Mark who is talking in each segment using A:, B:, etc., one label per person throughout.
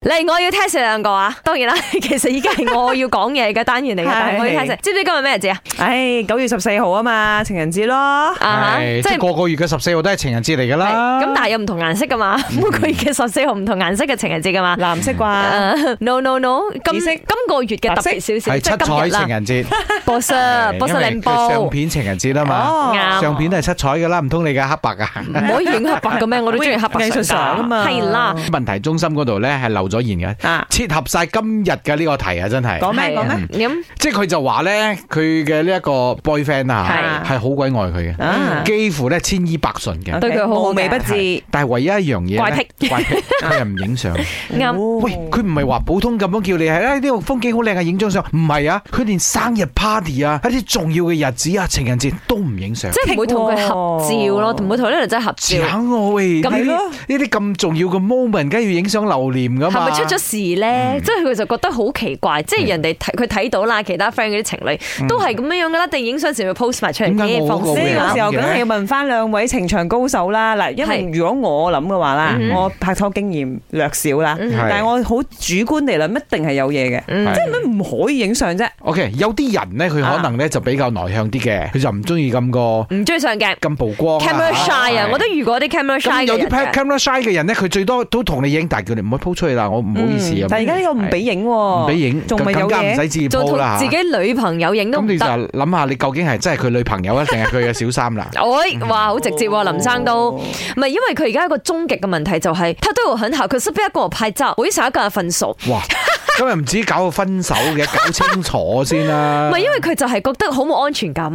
A: 嚟，我要 test 你兩個啊！當然啦， 其實依家係我要講嘢嘅單元 嚟嘅，但係我要 test 你。知唔知今日咩日子啊？
B: 唉，九月十四號啊嘛，情人節 咯。
A: 啊哈
C: 係即係個個月嘅十四號都係情人節嚟㗎
A: 係
C: 啦。
A: 咁，但係有唔同顏色噶嘛？每個月嘅十四號唔同顏色嘅情人節噶 嘛？
B: 藍色啩，
A: 誒 no no no，今
B: 紫色
A: 今個月嘅特別少少，
C: 係
A: 即
C: 七
A: 係今
C: 彩
A: 日啦
C: 情。人節，
A: 波士
C: 係
A: 波士
C: 因為
A: 令波，
C: 佢相片情人節啊嘛，
B: 哦
A: 啱
C: 相片都係七彩㗎啦，唔通你嘅黑白㗎？
A: 唔可以影黑白嘅咩？我都中意黑白
B: 藝術相啊嘛
A: 係啦，
C: 問題中心嗰度咧係漏咗 言嘅，
B: 啊，
C: 切合晒今日嘅呢個題啊，真係
B: 講。咩
A: 係啊
B: 講咩？
A: 咁
C: 即係佢就話咧，佢嘅呢一個 boyfriend 啊，
B: 係
C: 係好鬼愛佢
B: 啊
C: 嘅，幾乎咧千依百順 嘅。
A: 對佢好好嘅
B: 無微不至。
C: 但係唯一一樣嘢呢
A: 啊怪癖
C: 怪癖佢係唔 影相。
A: 啱。
C: 嗯哦喂，佢唔係話普通咁樣叫你係啊，呢度風景好靚啊，影張相。唔係啊，佢連生日 party 啊，一啲重要嘅日子啊，情人節都唔影相。
A: 即係唔會同佢合照咯，
B: 喎
A: 唔會同呢度真係合照。
C: 慘我喂，呢
A: 咁
C: 啲
B: 咯
C: 呢啲咁重要嘅 moment，梗係要影相留念噶
A: 係
C: 啊嘛。嗯
A: 咪出咗事咧？即係佢就覺得好奇怪，即係人哋睇佢睇到啦，其他 friend 嗰啲情侶都係咁樣樣噶啦，一定影相時會 post 埋出嚟
C: 嗯點解
A: 嘅
C: 我嗰
A: 放啊
C: 個
B: 呢
C: 會
B: 個
A: 先
B: 時候梗係要問翻兩位情場高手啦，嗱，因為
A: 係
B: 如果我諗嘅話啦，
C: 嗯
B: 我拍拖經驗略少啦，
C: 係
B: 但係我好主觀地諗，一定係有 嘢嘅，
A: 嗯
B: 即係咩唔可以影相啫？
C: OK，有啲人咧，佢可能咧就比較內向啲嘅，佢就唔中意 咁個
A: 唔中意上鏡
C: 咁曝光啊
A: 嗯 camera shy 啊！
C: 係
A: 我都遇過啲 camera
C: 咁
A: shy
C: 有
A: 嘅
C: 啲
A: 人啊㗎。
C: pa- camera shy 嘅人咧，佢最多都同你影，但係叫你唔好 po 出去啦，我唔好意思
B: 嗯
C: 啊。
B: 但係而家呢個唔俾影喎，
C: 唔俾
A: 哦
C: 影，
B: 仲咪
C: 更
B: 有
C: 加唔
B: 嘢？
C: 使自己
A: 做
C: po 啦
A: 同
C: 嚇
A: 自己女朋友影都
C: 咁
A: 唔
C: 你就
A: 得。？
C: 諗下，你究竟係真係佢女朋友啊，定係佢嘅小三啦
A: 哎，哇，好直
C: 哦
A: 接喎，林生都。唔係，因為佢而家一個終極嘅問題就係、他對我很好，可是不要跟我拍照，我一想要跟他分手。
C: 哇！今日唔止搞個分手嘅，搞清楚先啦。
A: 唔係，因為佢就係覺得好冇安全感，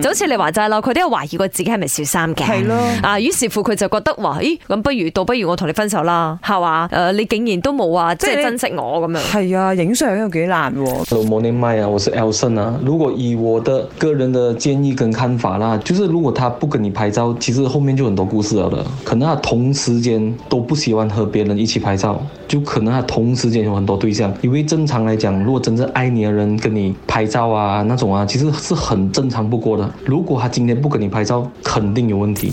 A: 就好似你話齋咯，佢都有懷疑過自己係咪小三嘅。
B: 嗯係咯
A: 啊，於是乎佢就覺得話，咦，咁不如倒不如我同你分手啦，係嘛？誒、你竟然都冇話即係
B: 即係
A: 珍
B: 你
A: 惜我咁樣。
B: 係啊，影相有幾難喎。
D: Hello Morning Mike 啊，我是 Elson 啊。如果以我的个人的建议跟看法啦，就是如果他不跟你拍照，其实后面就很多故事了的。可能他同时间都不喜欢和别人一起拍照，就可能他同时间有很多对象。因为正常来讲，如果真正爱你的人跟你拍照啊那种啊，其实是很正常不过的。如果他今天不跟你拍照，肯定有问题。